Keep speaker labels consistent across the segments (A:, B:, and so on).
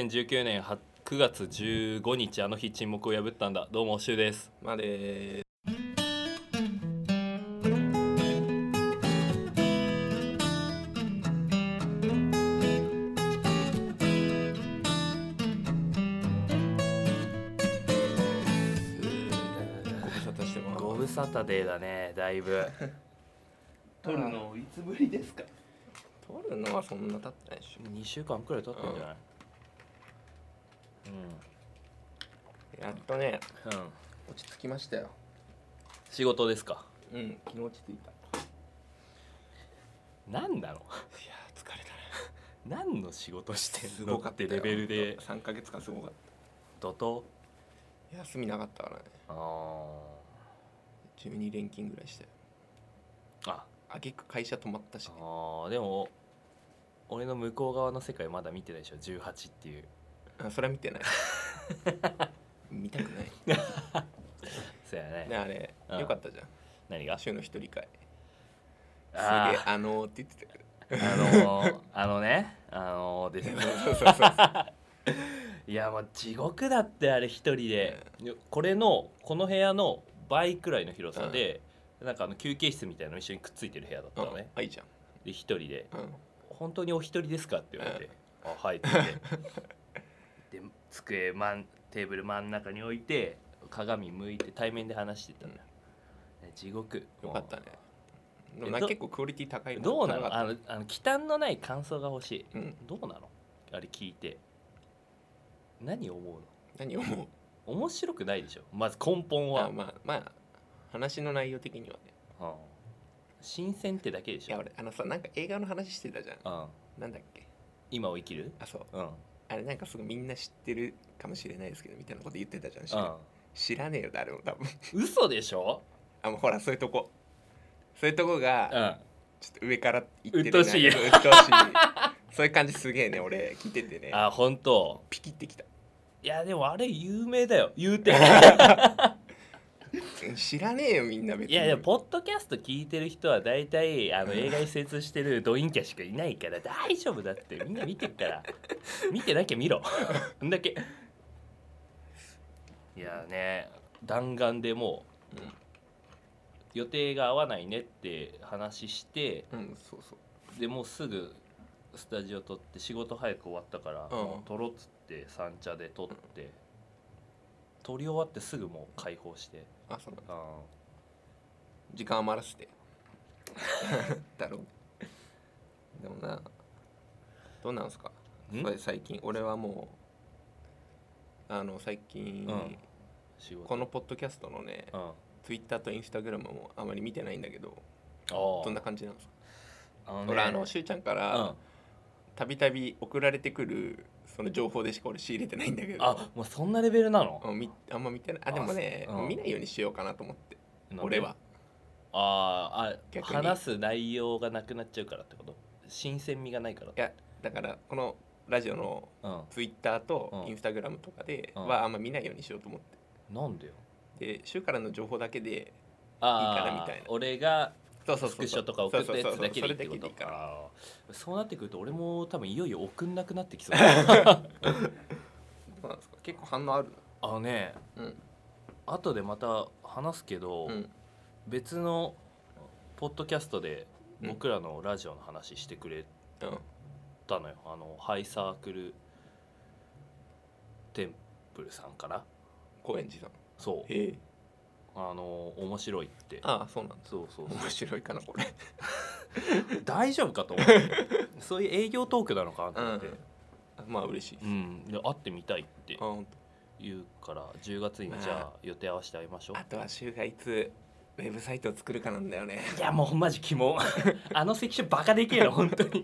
A: 2019年は9月15日あの日沈黙を破ったんだどうもシュウです
B: まあでーご無沙汰してます
A: ご無沙汰でだねだい ぶ
C: 撮るのいつぶりですか
B: 撮るのはそんな経ってないでし
A: 2週間くらい経ってんじゃない
B: ょやっとね
A: うん、うん、
B: 落ち着きましたよ
A: 仕事ですか
B: うん昨日落ち着いたい
A: 何なの
B: や疲れたね
A: 何の仕事して
B: す
A: んの
B: ごか
A: っ
B: った
A: て
B: よ
A: レベルで
B: 3ヶ月間すごかっ
A: 怒涛
B: た休みなかったからね
A: あ
B: 12連勤ぐらいして
A: ーあ
B: あげく会社止まったしね
A: あーでも俺の向こう側の世界まだ見てないでしょ18っていう
B: あそれは見て ない見たくない
A: そうやね
B: ねあれ、
A: うん
B: よかったじゃ
A: 何が
B: ん週の一人会すげえ
A: あー
B: あのー、って言ってたけど
A: あのー、あのねあのー、ですね
B: そうそうそうそう
A: いやまあ地獄だってあれ一人で、これのこの部屋の倍くらいの広さで、なんかあの休憩室みたいなの一緒にくっついてる部屋だったの
B: うん
A: ね、
B: あいいじゃん、
A: で一人で
B: うん、
A: 「本当にお一人ですか?」って言われて「あはい」って言ってで机真んテーブル真ん中に置いて鏡向いて対面で話してたんだよ、ね地獄
B: よかったねでもな
A: えど
B: 結構クオリティ高い
A: どうな
B: 高
A: の
B: かっ
A: あのあの忌憚のない感想が欲しい
B: たうん
A: どうなのあれ聞いて何思うの
B: 何思う
A: 面白くないでしょまず根本は
B: あまあまあ話の内容的にはね
A: うん新鮮ってだけでし
B: いや
A: ょ、
B: 俺あのさなんか映画の話してたじゃん
A: うん、
B: なんだっけ
A: 今を生きる
B: あそう
A: うん、うん、
B: あれなんかすごいみんな知ってるかもしれないですけどみたいなこと言ってたじゃん知ら,、知らねえよ誰も多分
A: 嘘でしょ、
B: あもうほらそういうとこそういうとこが、
A: うん、
B: ちょっと上から言って
A: うっとうしい
B: なんかうっとうしいそういう感じすげえね俺聞いててね
A: あ本当
B: ピキってきた
A: いやでもあれ有名だよ言う て
B: うん知らねえよみんな別に
A: いやいやポッドキャスト聞いてる人は大体あの映画に精通してるドインキャしかいないから大丈夫だってみんな見てる から見てなきゃ見ろんだけいやね弾丸でもう、
B: うん
A: 予定が合わないねって話して
B: うんそうそう
A: でもうすぐスタジオ撮って仕事早く終わったから、
B: うん
A: 撮ろうっつって三茶で撮って、撮り終わってすぐもう解放して、
B: あその
A: うん
B: 時間余らせて だろでもなどうなんすか
A: ん
B: それ最近俺はもうあの最近、
A: うん仕事
B: このポッドキャストのね
A: うんあ
B: Twitter と Instagram もあまり見てないんだけど
A: あ
B: どんな感じなんですか
A: あのね
B: 俺あのしゅうちゃんか
A: う
B: ら
A: ん
B: たびたび送られてくるその情報でしか俺仕入れてないんだけど
A: あもうそんなレベルなの、
B: うんみあんま見てないあでもね、
A: あうん
B: 見ないようにしようかなと思って
A: なんで
B: 俺は
A: あーあ
B: 逆に
A: 話す内容がなくなっちゃうからってこと新鮮味がないから
B: いやだからこのラジオの
A: うん
B: ツイッターと
A: うん
B: インスタグラムとかで
A: うん
B: はあんま見ないようにしようと思って
A: なんでよ
B: で週からの情報だけで
A: ああ
B: いいからみたいな
A: 俺が
B: そうそう
A: ス
B: そう
A: クショとか送ったやつだけでいいってこと
B: か
A: あーそうなってくると俺も多分いよいよ送んなくなってき そうだ
B: そうなんですか結構反応ある
A: あのね
B: うん
A: 後でまた話すけど、
B: うん
A: 別のポッドキャストで
B: うん
A: 僕らのラジオの話してくれ
B: うん
A: たのよ、あのハイサークルテンプルさんかな
B: 高円寺さん
A: そう
B: へえ
A: あの面白いって
B: ああそうなんです
A: そうそうそう
B: 面白いかなこれ
A: 大丈夫かと思って そういう営業トークなのかなと思って、
B: まあ嬉しいです
A: うんで会ってみたいって
B: あ本
A: 言うから10月にじゃあ予定合わせて会いましょ
B: 当
A: う
B: あとは週がいつウェブサイトを作るかなんだよね
A: いやもうマ ジキモあの関所バカでけえの本当 に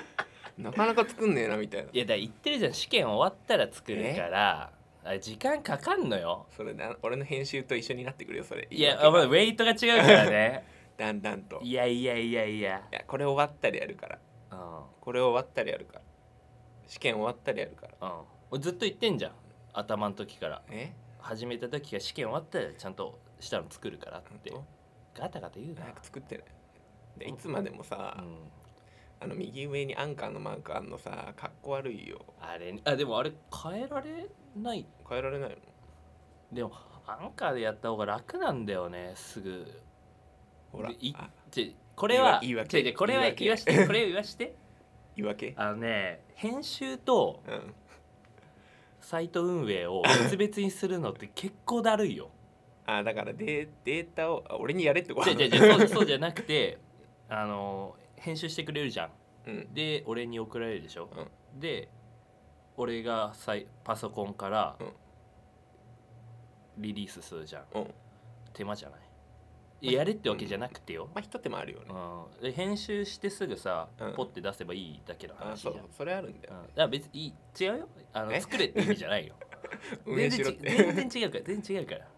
B: なかなか作んねえなみたいない
A: やだから言ってるじゃん試験終わったら作るからあれ時間かかんのよ
B: それな俺の編集と一緒になってくるよそれ
A: いやあまあウェイトが違うから ね
B: だんだんとい
A: いやいやいやいや、
B: やこれ終わったらやるから
A: うん
B: これ終わったらやるから試験終わったらやるから
A: うん、俺ずっと言ってんじゃん頭の時から
B: え
A: 始めた時が試験終わったらちゃんとしたの作るからっ
B: 本
A: て
B: 当
A: ガタガタ言うな
B: 早く作ってねでいつまでもさ、
A: うん
B: あの右上にアンカーのマークあんのさかっこ悪いよ
A: あれあでもあれ変えられない
B: 変えられないの
A: でもアンカーでやった方が楽なんだよねすぐ
B: ほら
A: でい
B: あ
A: ちょこれは
B: 言い訳
A: ちょちょこれは
B: 言い訳
A: 言わしてこれを言わして
B: 言い訳
A: あのね編集と
B: うん
A: サイト運営を別々にするのって結構だるいよ
B: あだからデデータをあ俺にやれってこと
A: 違う違う違うそうそうじゃなくてあの編集してくれるじゃん
B: うん
A: で俺に送られるでしょ、で俺がさいパソコンから
B: うん
A: リリースするじゃん
B: うん
A: 手間じゃないやれってわけじゃなくてよ、
B: まあ一手間あるよね
A: うんで編集してすぐさ、
B: うん
A: ポッて出せばいいだけの
B: あ
A: 話じ
B: そ
A: ゃん
B: うそれあるんだ
A: う
B: よ
A: ん、だから別にいい違うよあの
B: え
A: 作れって意味じゃないよ
B: 運営
A: 全
B: しろ
A: 然
B: っ
A: ち
B: て
A: 全然違うから全然違うから、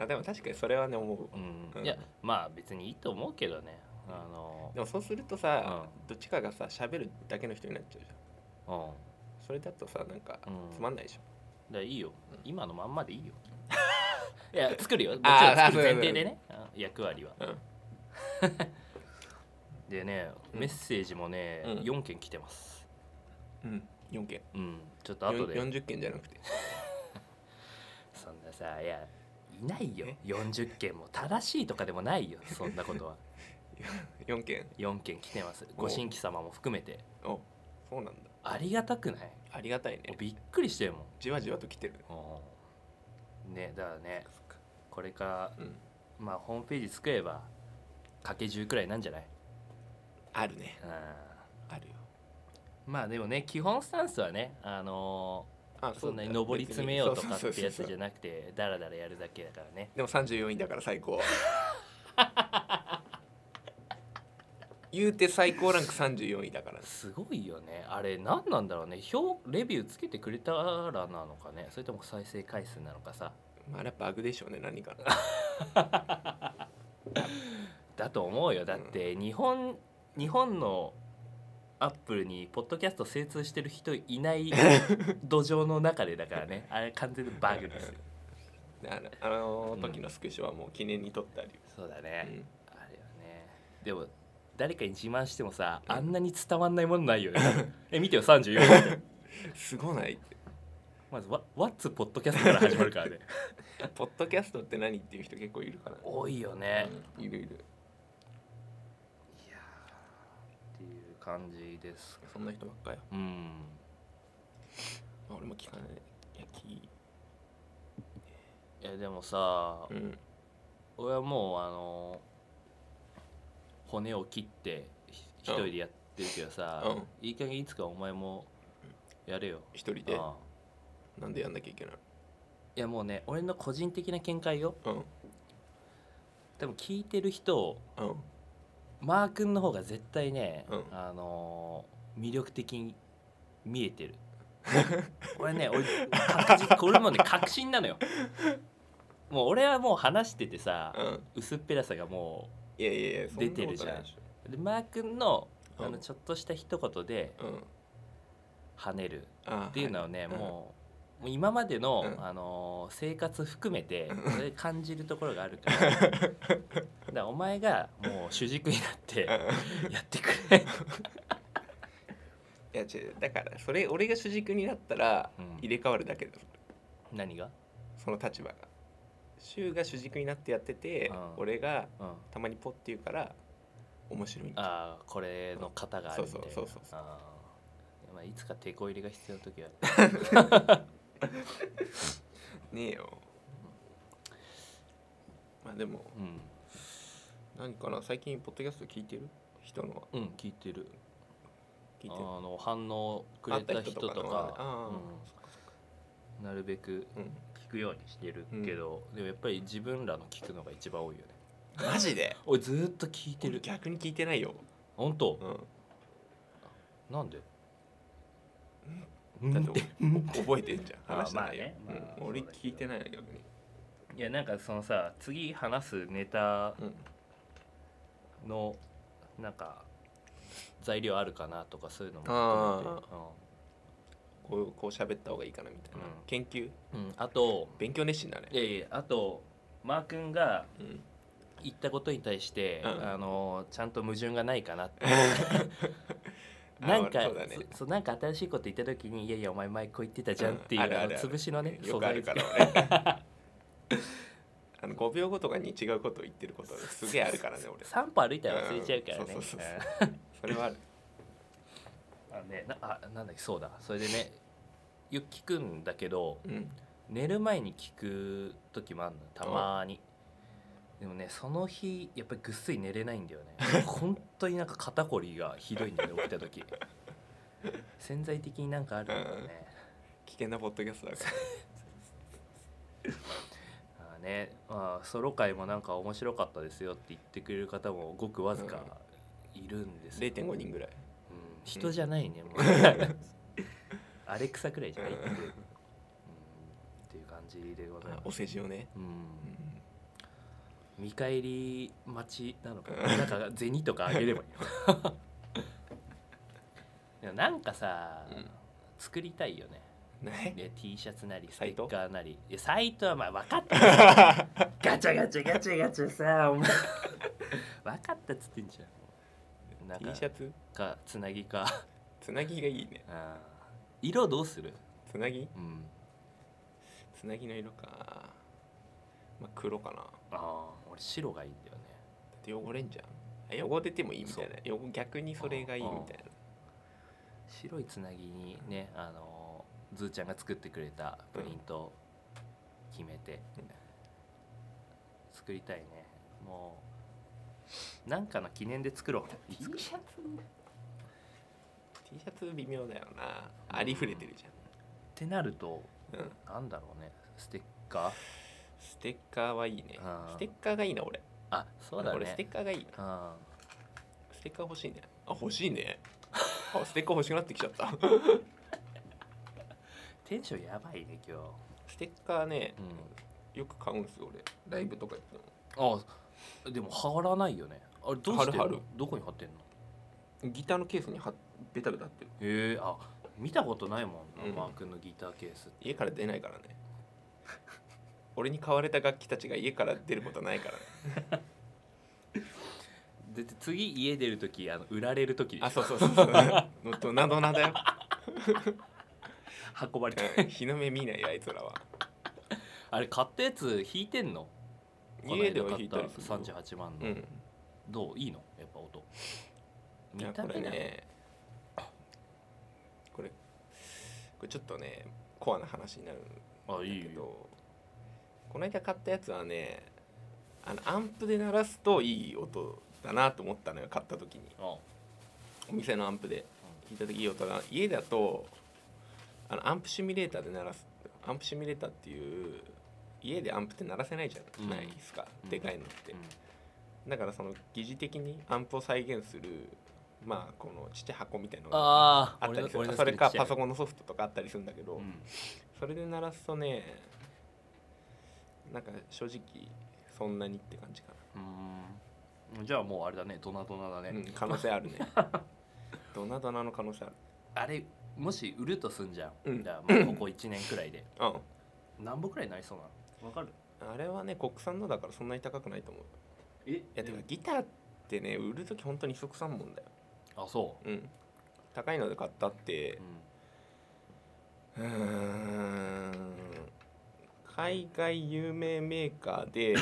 B: あでも確かにそれはね思うわ
A: う、
B: うんん
A: いやまあ別にいいと思うけどねあの
B: でもそうするとさ、
A: う
B: どっちかがさ喋るだけの人になっちゃうじゃん
A: うん
B: それだとさなんか
A: うん
B: つまんないでしょ、
A: だからいいよ
B: うん
A: 今のまんまでいいよ いや作るよもちろん
B: あー
A: 作る前
B: そうそうそう
A: 提でねうん役割は
B: うん
A: でね
B: うん
A: メッセージもね、
B: うん
A: 4件来てます
B: うん、4件
A: うんちょっと後で
B: 40件じゃなくて
A: そんなさいやいないよ40件も正しいとかでもないよそんなことは
B: 4件
A: 4件来てますご新規様も含めて
B: おそうなんだ
A: ありがたくない
B: ありがたい
A: も
B: ね
A: うびっくりしてるも
B: じわじわと来てる
A: んうんねだからねこれから
B: うん
A: まあホームページ作れば掛け10くらいなんじゃない
B: あるね
A: うん
B: あるよ
A: まあでもね基本スタンスはねあの
B: あ
A: ーそんなに上り詰めようとかってやつじゃ
B: ない
A: なくてダラダラやるだけだからね
B: でも34位だから最 高言うて最高ランク34位だから
A: すごいよねあれ何なんだろうね表レビューつけてくれたらなのかねそれとも再生回数なのかさ
B: まああれバグでしょうね何か な
A: だと思うよだって日本日本のアップルにポッドキャスト精通してる人いない 土壌の中でだからねあれ完全にバグですよ
B: であのあの時のスクショはもう記念に撮ってあるよ、
A: そうだ
B: う
A: ね、
B: ん
A: あれはねでも誰かに自慢してもさあんなに伝わんないもの ないよねえ見てよ34って
B: すごないって
A: まず「わ What's ポッドキャスト」から始まるから ね
B: ポッドキャストって何っていう人結構いるから
A: 多いよね、
B: いるいる
A: いやーっていう感じです
B: そんな人ばっかよ
A: うん
B: あ俺も聞かないいや聞い
A: いやでもさ、
B: うん
A: 俺はもうあの骨を切ってひ一人でやってるけどさ、
B: うん
A: いい加減いつかお前もやれよ、
B: 一人
A: うん
B: でなんでやんなきゃいけない
A: いやもうね俺の個人的な見解よ
B: うん
A: 多分聞いてる人
B: うん
A: マー君の方が絶対ね、
B: うん
A: あのー魅力的に見えて るこれね俺確実これもね確信なのよもう俺はもう話しててさ、
B: うん
A: 薄っぺらさがも
B: いやいやいやそんな
A: 出てるじゃん
B: ことないでし
A: うでマー君のあ
B: う
A: の
B: ん
A: ちょっとした一言で
B: ょうん
A: 跳ねる
B: あ
A: っていうのはね、
B: はい
A: もうもう今までの、
B: うん
A: あのー生活含めてそれ感じるところがあるから だからお前がもう主軸になって
B: うん
A: やってくれ、
B: いや違うだからそれ俺が主軸になったら
A: うん
B: 入れ替わるだけだよ
A: 何が、
B: その立場が柊が主軸になってやってて
A: うん
B: 俺が
A: うん
B: たまにポッて言うから面白いんだ
A: ああこれの型があるみたいな
B: そうそうそうそう
A: あーまあ、いつか手こ入れが必要な時は
B: ねえよまあでも
A: うん、
B: 何かな最近ポッドキャスト聞いてる人のは
A: うん、聞いてる
B: 聞い
A: あ
B: てる
A: の反応くれた人とか
B: 会った人とかのあー
A: うん、なるべく
B: うん
A: 聞くようにしてるけど、でもやっぱり自分らの聞くのが一番多いよね
B: マジで
A: 俺ずーっと聞いて
B: 俺
A: る
B: 逆に聞いてないよ、
A: 本当
B: う
A: なんで
B: ん、だ
A: う
B: っ
A: ん
B: て
A: って
B: お覚えてんじゃん
A: あ
B: 話した内容、
A: まあねまあ
B: うん、俺聞いてないな逆に、
A: いやなんかそのさ次話すネタ
B: うん、
A: のなんか材料あるかなとかそういうのも含めて
B: こうこう喋った方がいいかなみたいな、
A: うん
B: 研究
A: うん、うん、あと
B: 勉強熱心だね
A: いやいやあとマー君が
B: うん、
A: 言ったことに対して、
B: うん
A: あのちゃんと矛盾がないかなって
B: あ
A: なんか
B: そうだね
A: そそうなんか新しいこと言った時に「いやいやお前前こう言ってたじゃん」っていう、
B: うんあるあ
A: あ
B: る
A: の
B: ある
A: 潰しのね
B: よくあるからら俺 あの5秒後とかに違うことを言ってることすげえある からね俺
A: 散歩歩いたら忘れちゃうから
B: うん
A: ね
B: そうそうそう
A: うん
B: それはある
A: あのねなあなんだっけそうだそれでねよく聞くんだけど
B: うん
A: 寝る前に聞く時もあるのたまにでもねその日やっぱりぐっすり寝れないんだよ ね本当になんか肩こりがひどいんだよね起きた時潜在的になんかあるんだよね、
B: 危険なポッドキャストだか
A: あーねまあ、ソロ会もなんか面白かったですよって言ってくれる方もごくわずかいるんです
B: ら
A: よ
B: 0.5人ぐらい
A: うん、人じゃないねも うアレクサくらいじゃない っていう、うん、っていう感じでござい
B: あ
A: ま
B: お
A: す、
B: 世辞をね、
A: う、
B: うんん
A: 見返り待ちなのか
B: う
A: ななんか銭とかあ げればいいのでもなんかさ、
B: うん
A: 作りたいよね
B: ね
A: で T シャツなりス
B: サイ
A: テ
B: ト
A: ッカーなりいやサイトはまあ分か ったガチャガチャガチャガチャさお前 分かったっつってんじゃんなん
B: T
A: か
B: シャツ
A: かつなぎか
B: つなぎがいいね
A: あー色どうする、
B: つなぎ
A: うん、
B: つなぎの色かまあ黒かなだ
A: ああ俺白がいいんだよね
B: って汚れんじゃんあ汚れてもいいみたいな汚逆にそれがいいみたいな
A: 白いつなぎにねあのーズーちゃんが作ってくれたプリントを決めて、
B: うん
A: 作りたいねもうなんかの記念で作ろう
B: T シャツ T シャツ微妙だよなありふれてるじ
A: ってなると
B: ゃ
A: な
B: ん、うん、
A: んだろうねステッカー
B: ステッカーはいいね
A: あー
B: ステッカーがいいな俺
A: あそうだね
B: 俺ステッカーがいいな
A: うん
B: ステッカー欲しいねあ欲しいねあステッカー欲しくなってきちゃった
A: テンションやばいね今
B: ステッカーね
A: 日、うん
B: よく買うんすよ俺ライブとか行っても
A: あでも貼らないよねあれどうしてんの
B: 貼る貼る
A: どこに貼ってんの
B: ギターのケースにはベタベタ貼ってる
A: へえあ見たことないもんな、
B: うん
A: マー君のギターケースって
B: 家から出ない からね俺に買われた楽器たちが家から出ることないからね
A: で次家出る時あの売られる時で
B: あそうそうそうそうもっとなどなだ よ、
A: 運ばれて
B: うん日の目見ないよあいつらは
A: あれ買ったやつ弾いてんの
B: 家では
A: この間
B: 弾いたりする
A: 買った38万
B: う
A: の、
B: ん
A: どういいのやっぱ音
B: い
A: 見
B: や
A: た
B: こ
A: 目
B: れ
A: なの、
B: ねこれこれちょっとねコアな話になるんだ
A: あいい
B: け
A: よ
B: どこの間買ったやつはねあのアンプで鳴らすといい音だなと思ったのよ買った時に
A: あ
B: お店のアンプで聞いた時いい音だな家だとあのアンプシミュレーターで鳴らすアンプシミュレーターっていう家でアンプって鳴らせないじゃ
A: うん
B: ないですか、
A: うん
B: でかいのって、
A: う
B: だからその疑似的にアンプを再現するまあこのちっちゃい箱みたいなのが
A: あ
B: あったりする
A: 俺の
B: それかパソ
A: ン、
B: コンのソフトとかあったりするんだけど、
A: うん
B: それで鳴らすとねなんか正直そんなにって感じか
A: うーんじゃあもうあれだねドナドナだ
B: な、
A: ね、
B: うん、可能性 あるねドナドナの可能性ある
A: あれもし売るとすんじゃん、
B: うん
A: じゃあもうここ1年くらいで
B: うん
A: 何本くらいになりそうなのわかる
B: あれはね国産のだからそんなに高くないと思う
C: え
B: いやてかギターってね売る時本当に即産もんだよ
A: あそ
B: うん高いので買ったっ
A: う、
B: て
A: うん
B: うーん海外有名メーカーで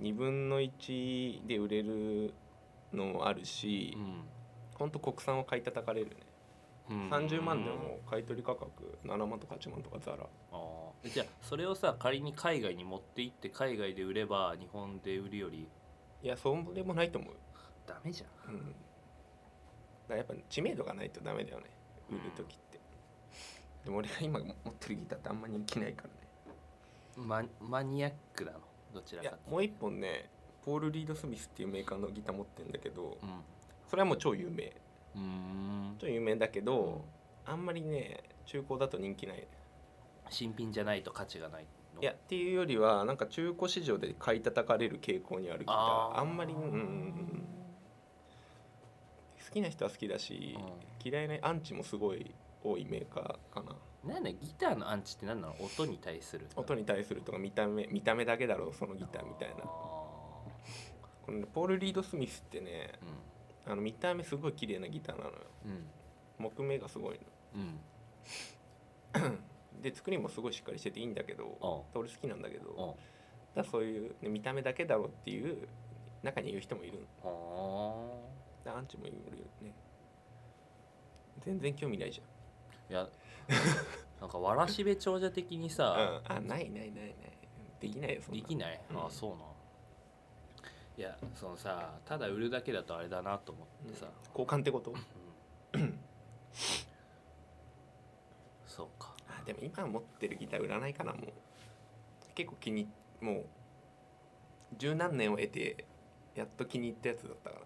B: 2分の1で売れるのもあるし、ほんと国産は買い叩かれるね
A: うん、
B: 30万でも買い取り価格7万とか8万とかザラ
A: あーじゃあそれをさ仮に海外に持って行って海外で売れば日本で売るより
B: いやそうでもないと思う
A: ダメじゃん
B: うん、だからやっぱ知名度がないとダメだよね売る時って、でも俺が今持ってるギターってあんま人気ないからね
A: ママニアックなのどちら
B: い
A: か
B: や
A: って
B: もう一本ねポール・リード・スミスっていうメーカーのギター持ってるんだけど
A: うん
B: それはもう超有名
A: うーん
B: 超有名だけどあんまりね中古だと人気ないね
A: 新品じゃないと価値がないの
B: いやっていうよりはなんか中古市場で買い叩かれる傾向にあるギター
A: あ
B: あ
A: ー
B: んまりうんうんうん好きな人は好きだし嫌いなアンチもすごい多いメーカーかな
A: なんだギターのアンチって何なの音に対する
B: 音
A: に
B: に対するとか見た目見た目だけだろうそのギターみたいなこのねポール・リード・スミスってねあの見た目すごい綺麗なギターなのよ
A: うん
B: 木目がすごい
A: うん
B: ので作りもすごいしっかりしてていいんだけど
A: あ
B: 俺好きなんだけ
A: あ
B: どだからそういう、ね見た目だけだろっていう中に言う人もいるの
A: ああ
B: でアンチもいるよね全然興味ないじ
A: いやなんかわらしべ長者的に
B: ゃん
A: さ、
B: うんあないないないないできないよそんな
A: でき
B: い
A: ない、
B: うん
A: ああそうなんいやそのさただ売るだけだとあれだなと思ってさ、
B: 交換ってこと
A: そうか
B: あでも今持ってるギター売らないかなもう結構気にもう十何年を得てやっと気に入ったやつだったから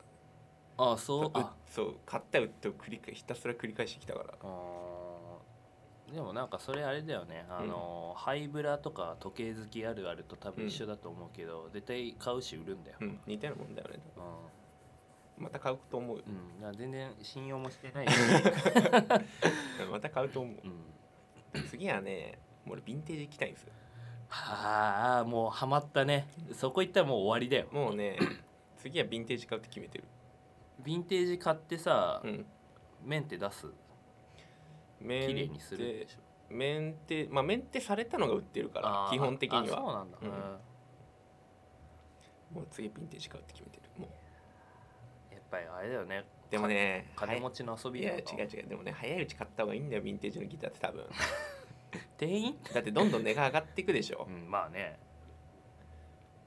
A: ああそう
B: そうう
A: あ
B: そう買った売ってを繰り返ひたすら繰り返してきたから
A: あーでもなんかそれあれだよねあの、ハイブラとか時計好きあるあると多分一緒だと思うけど、絶対買うし売るんだよ、
B: う
A: うん
B: ん似たようなもんだよね
A: う
B: また買うと思うよ
A: ん、だから全然信用も してない、
B: また買う と思
A: うん、
B: う次はねもう俺ヴィンテージ行きたいんですよ
A: はあもうハマったねそこ行ったらもう終わりだよ
B: もうね次はヴィンテージ買うって決めてる
A: ヴィンテージ買ってさ、
B: うん
A: メンテ出す
B: メ
A: 綺
B: ン
A: 麗にするん
B: テ
A: でしょ
B: メンテまあメンテされたのが売ってるから
A: あー
B: 基本的に
A: あそう
B: は
A: なんだ、
B: うん
A: うん
B: もう次ヴィンテージ買うって決めてるもう
A: やっぱりあれだよね
B: でもね
A: 金持ちの遊び
B: い
A: だ
B: や
A: よ
B: 違う違うでもね早いうち買った方がいいんだよヴィンテージのギターって多分
A: 店員、
B: だってどんどん値が上がっていくでしょ
A: うん、まあね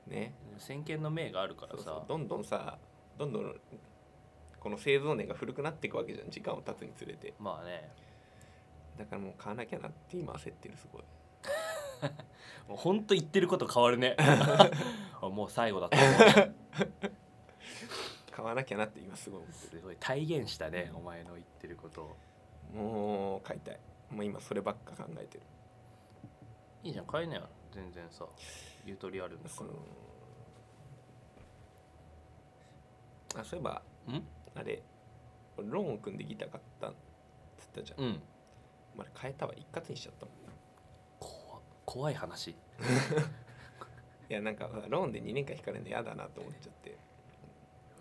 B: ね
A: 先見の明があるから
B: そ
A: さ
B: うそうどんどんさどんどんこの製造年が古くなっていくわけじゃん時間を経つにつれて
A: まあね
B: だからもう買わなきゃなって今焦ってるすごい
A: もうほんと言ってること変わる ねあもう最後だと 思う
B: 買わなきゃなって今すごい
A: すごい体現したねお前の言ってることを
B: もう買いたいもう今そればっか考えてる
A: いいじゃん買えなよ全然さゆとりあるんだか
B: そのあそういえば
A: らん
B: あれ俺ローンを組んでギター買ったっつったじゃん、
A: うん
B: まあ、あれ変えたわ一括にしちゃったもんな
A: 怖怖い話
B: いやなんかローンで2年間引かれるの嫌だなと思っちゃって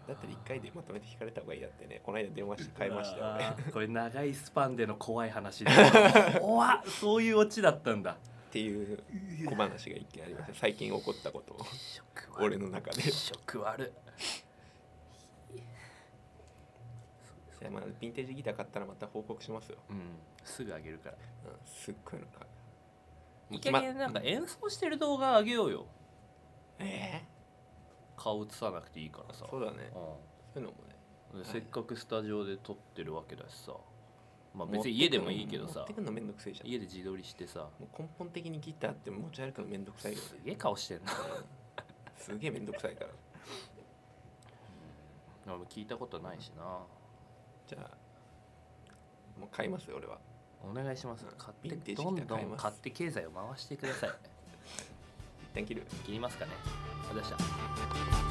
B: だったら1回でまとめて引かれた方がいいやってねこの間電話して買いましたよね
A: あ ーこれ長いスパンでの怖い話 だ怖っそういうオチだったんだ
B: っていう小話が一件ありました最近起こったことを
A: ショック悪い
B: 俺の中で
A: 気色悪い
B: いやまあヴィンテージギター買ったらまた報告しますよ、
A: うんすぐあげるから
B: うん、すっごいのか
A: いい加減なんか演奏してる動画あげようよ
B: え
A: 顔映さなくていいからさ
B: ー、そうだね
A: うん
B: そういうのも
A: で
B: ね
A: せっかくスタジオで撮ってるわけだしさまあ別に家でもいいけど
B: 持っ
A: さ
B: てくんのめんどくせえじゃん
A: 家で自撮りしてさ
B: もう根本的にギターって持ち歩くのめんどく さいよね
A: すげえ顔してんな
B: すげえめんどくさいから
A: 俺も聞いたことないしな
B: じゃあもう買いますよ俺は
A: お願いします
B: うん
A: 買
B: ヴィ
A: っ
B: ン
A: て
B: テージ
A: ど
B: ギタ
A: ん
B: ー
A: ど
B: 買います
A: ん買って経済を回してください
B: 一旦切る
A: 切りますかねありがとうございました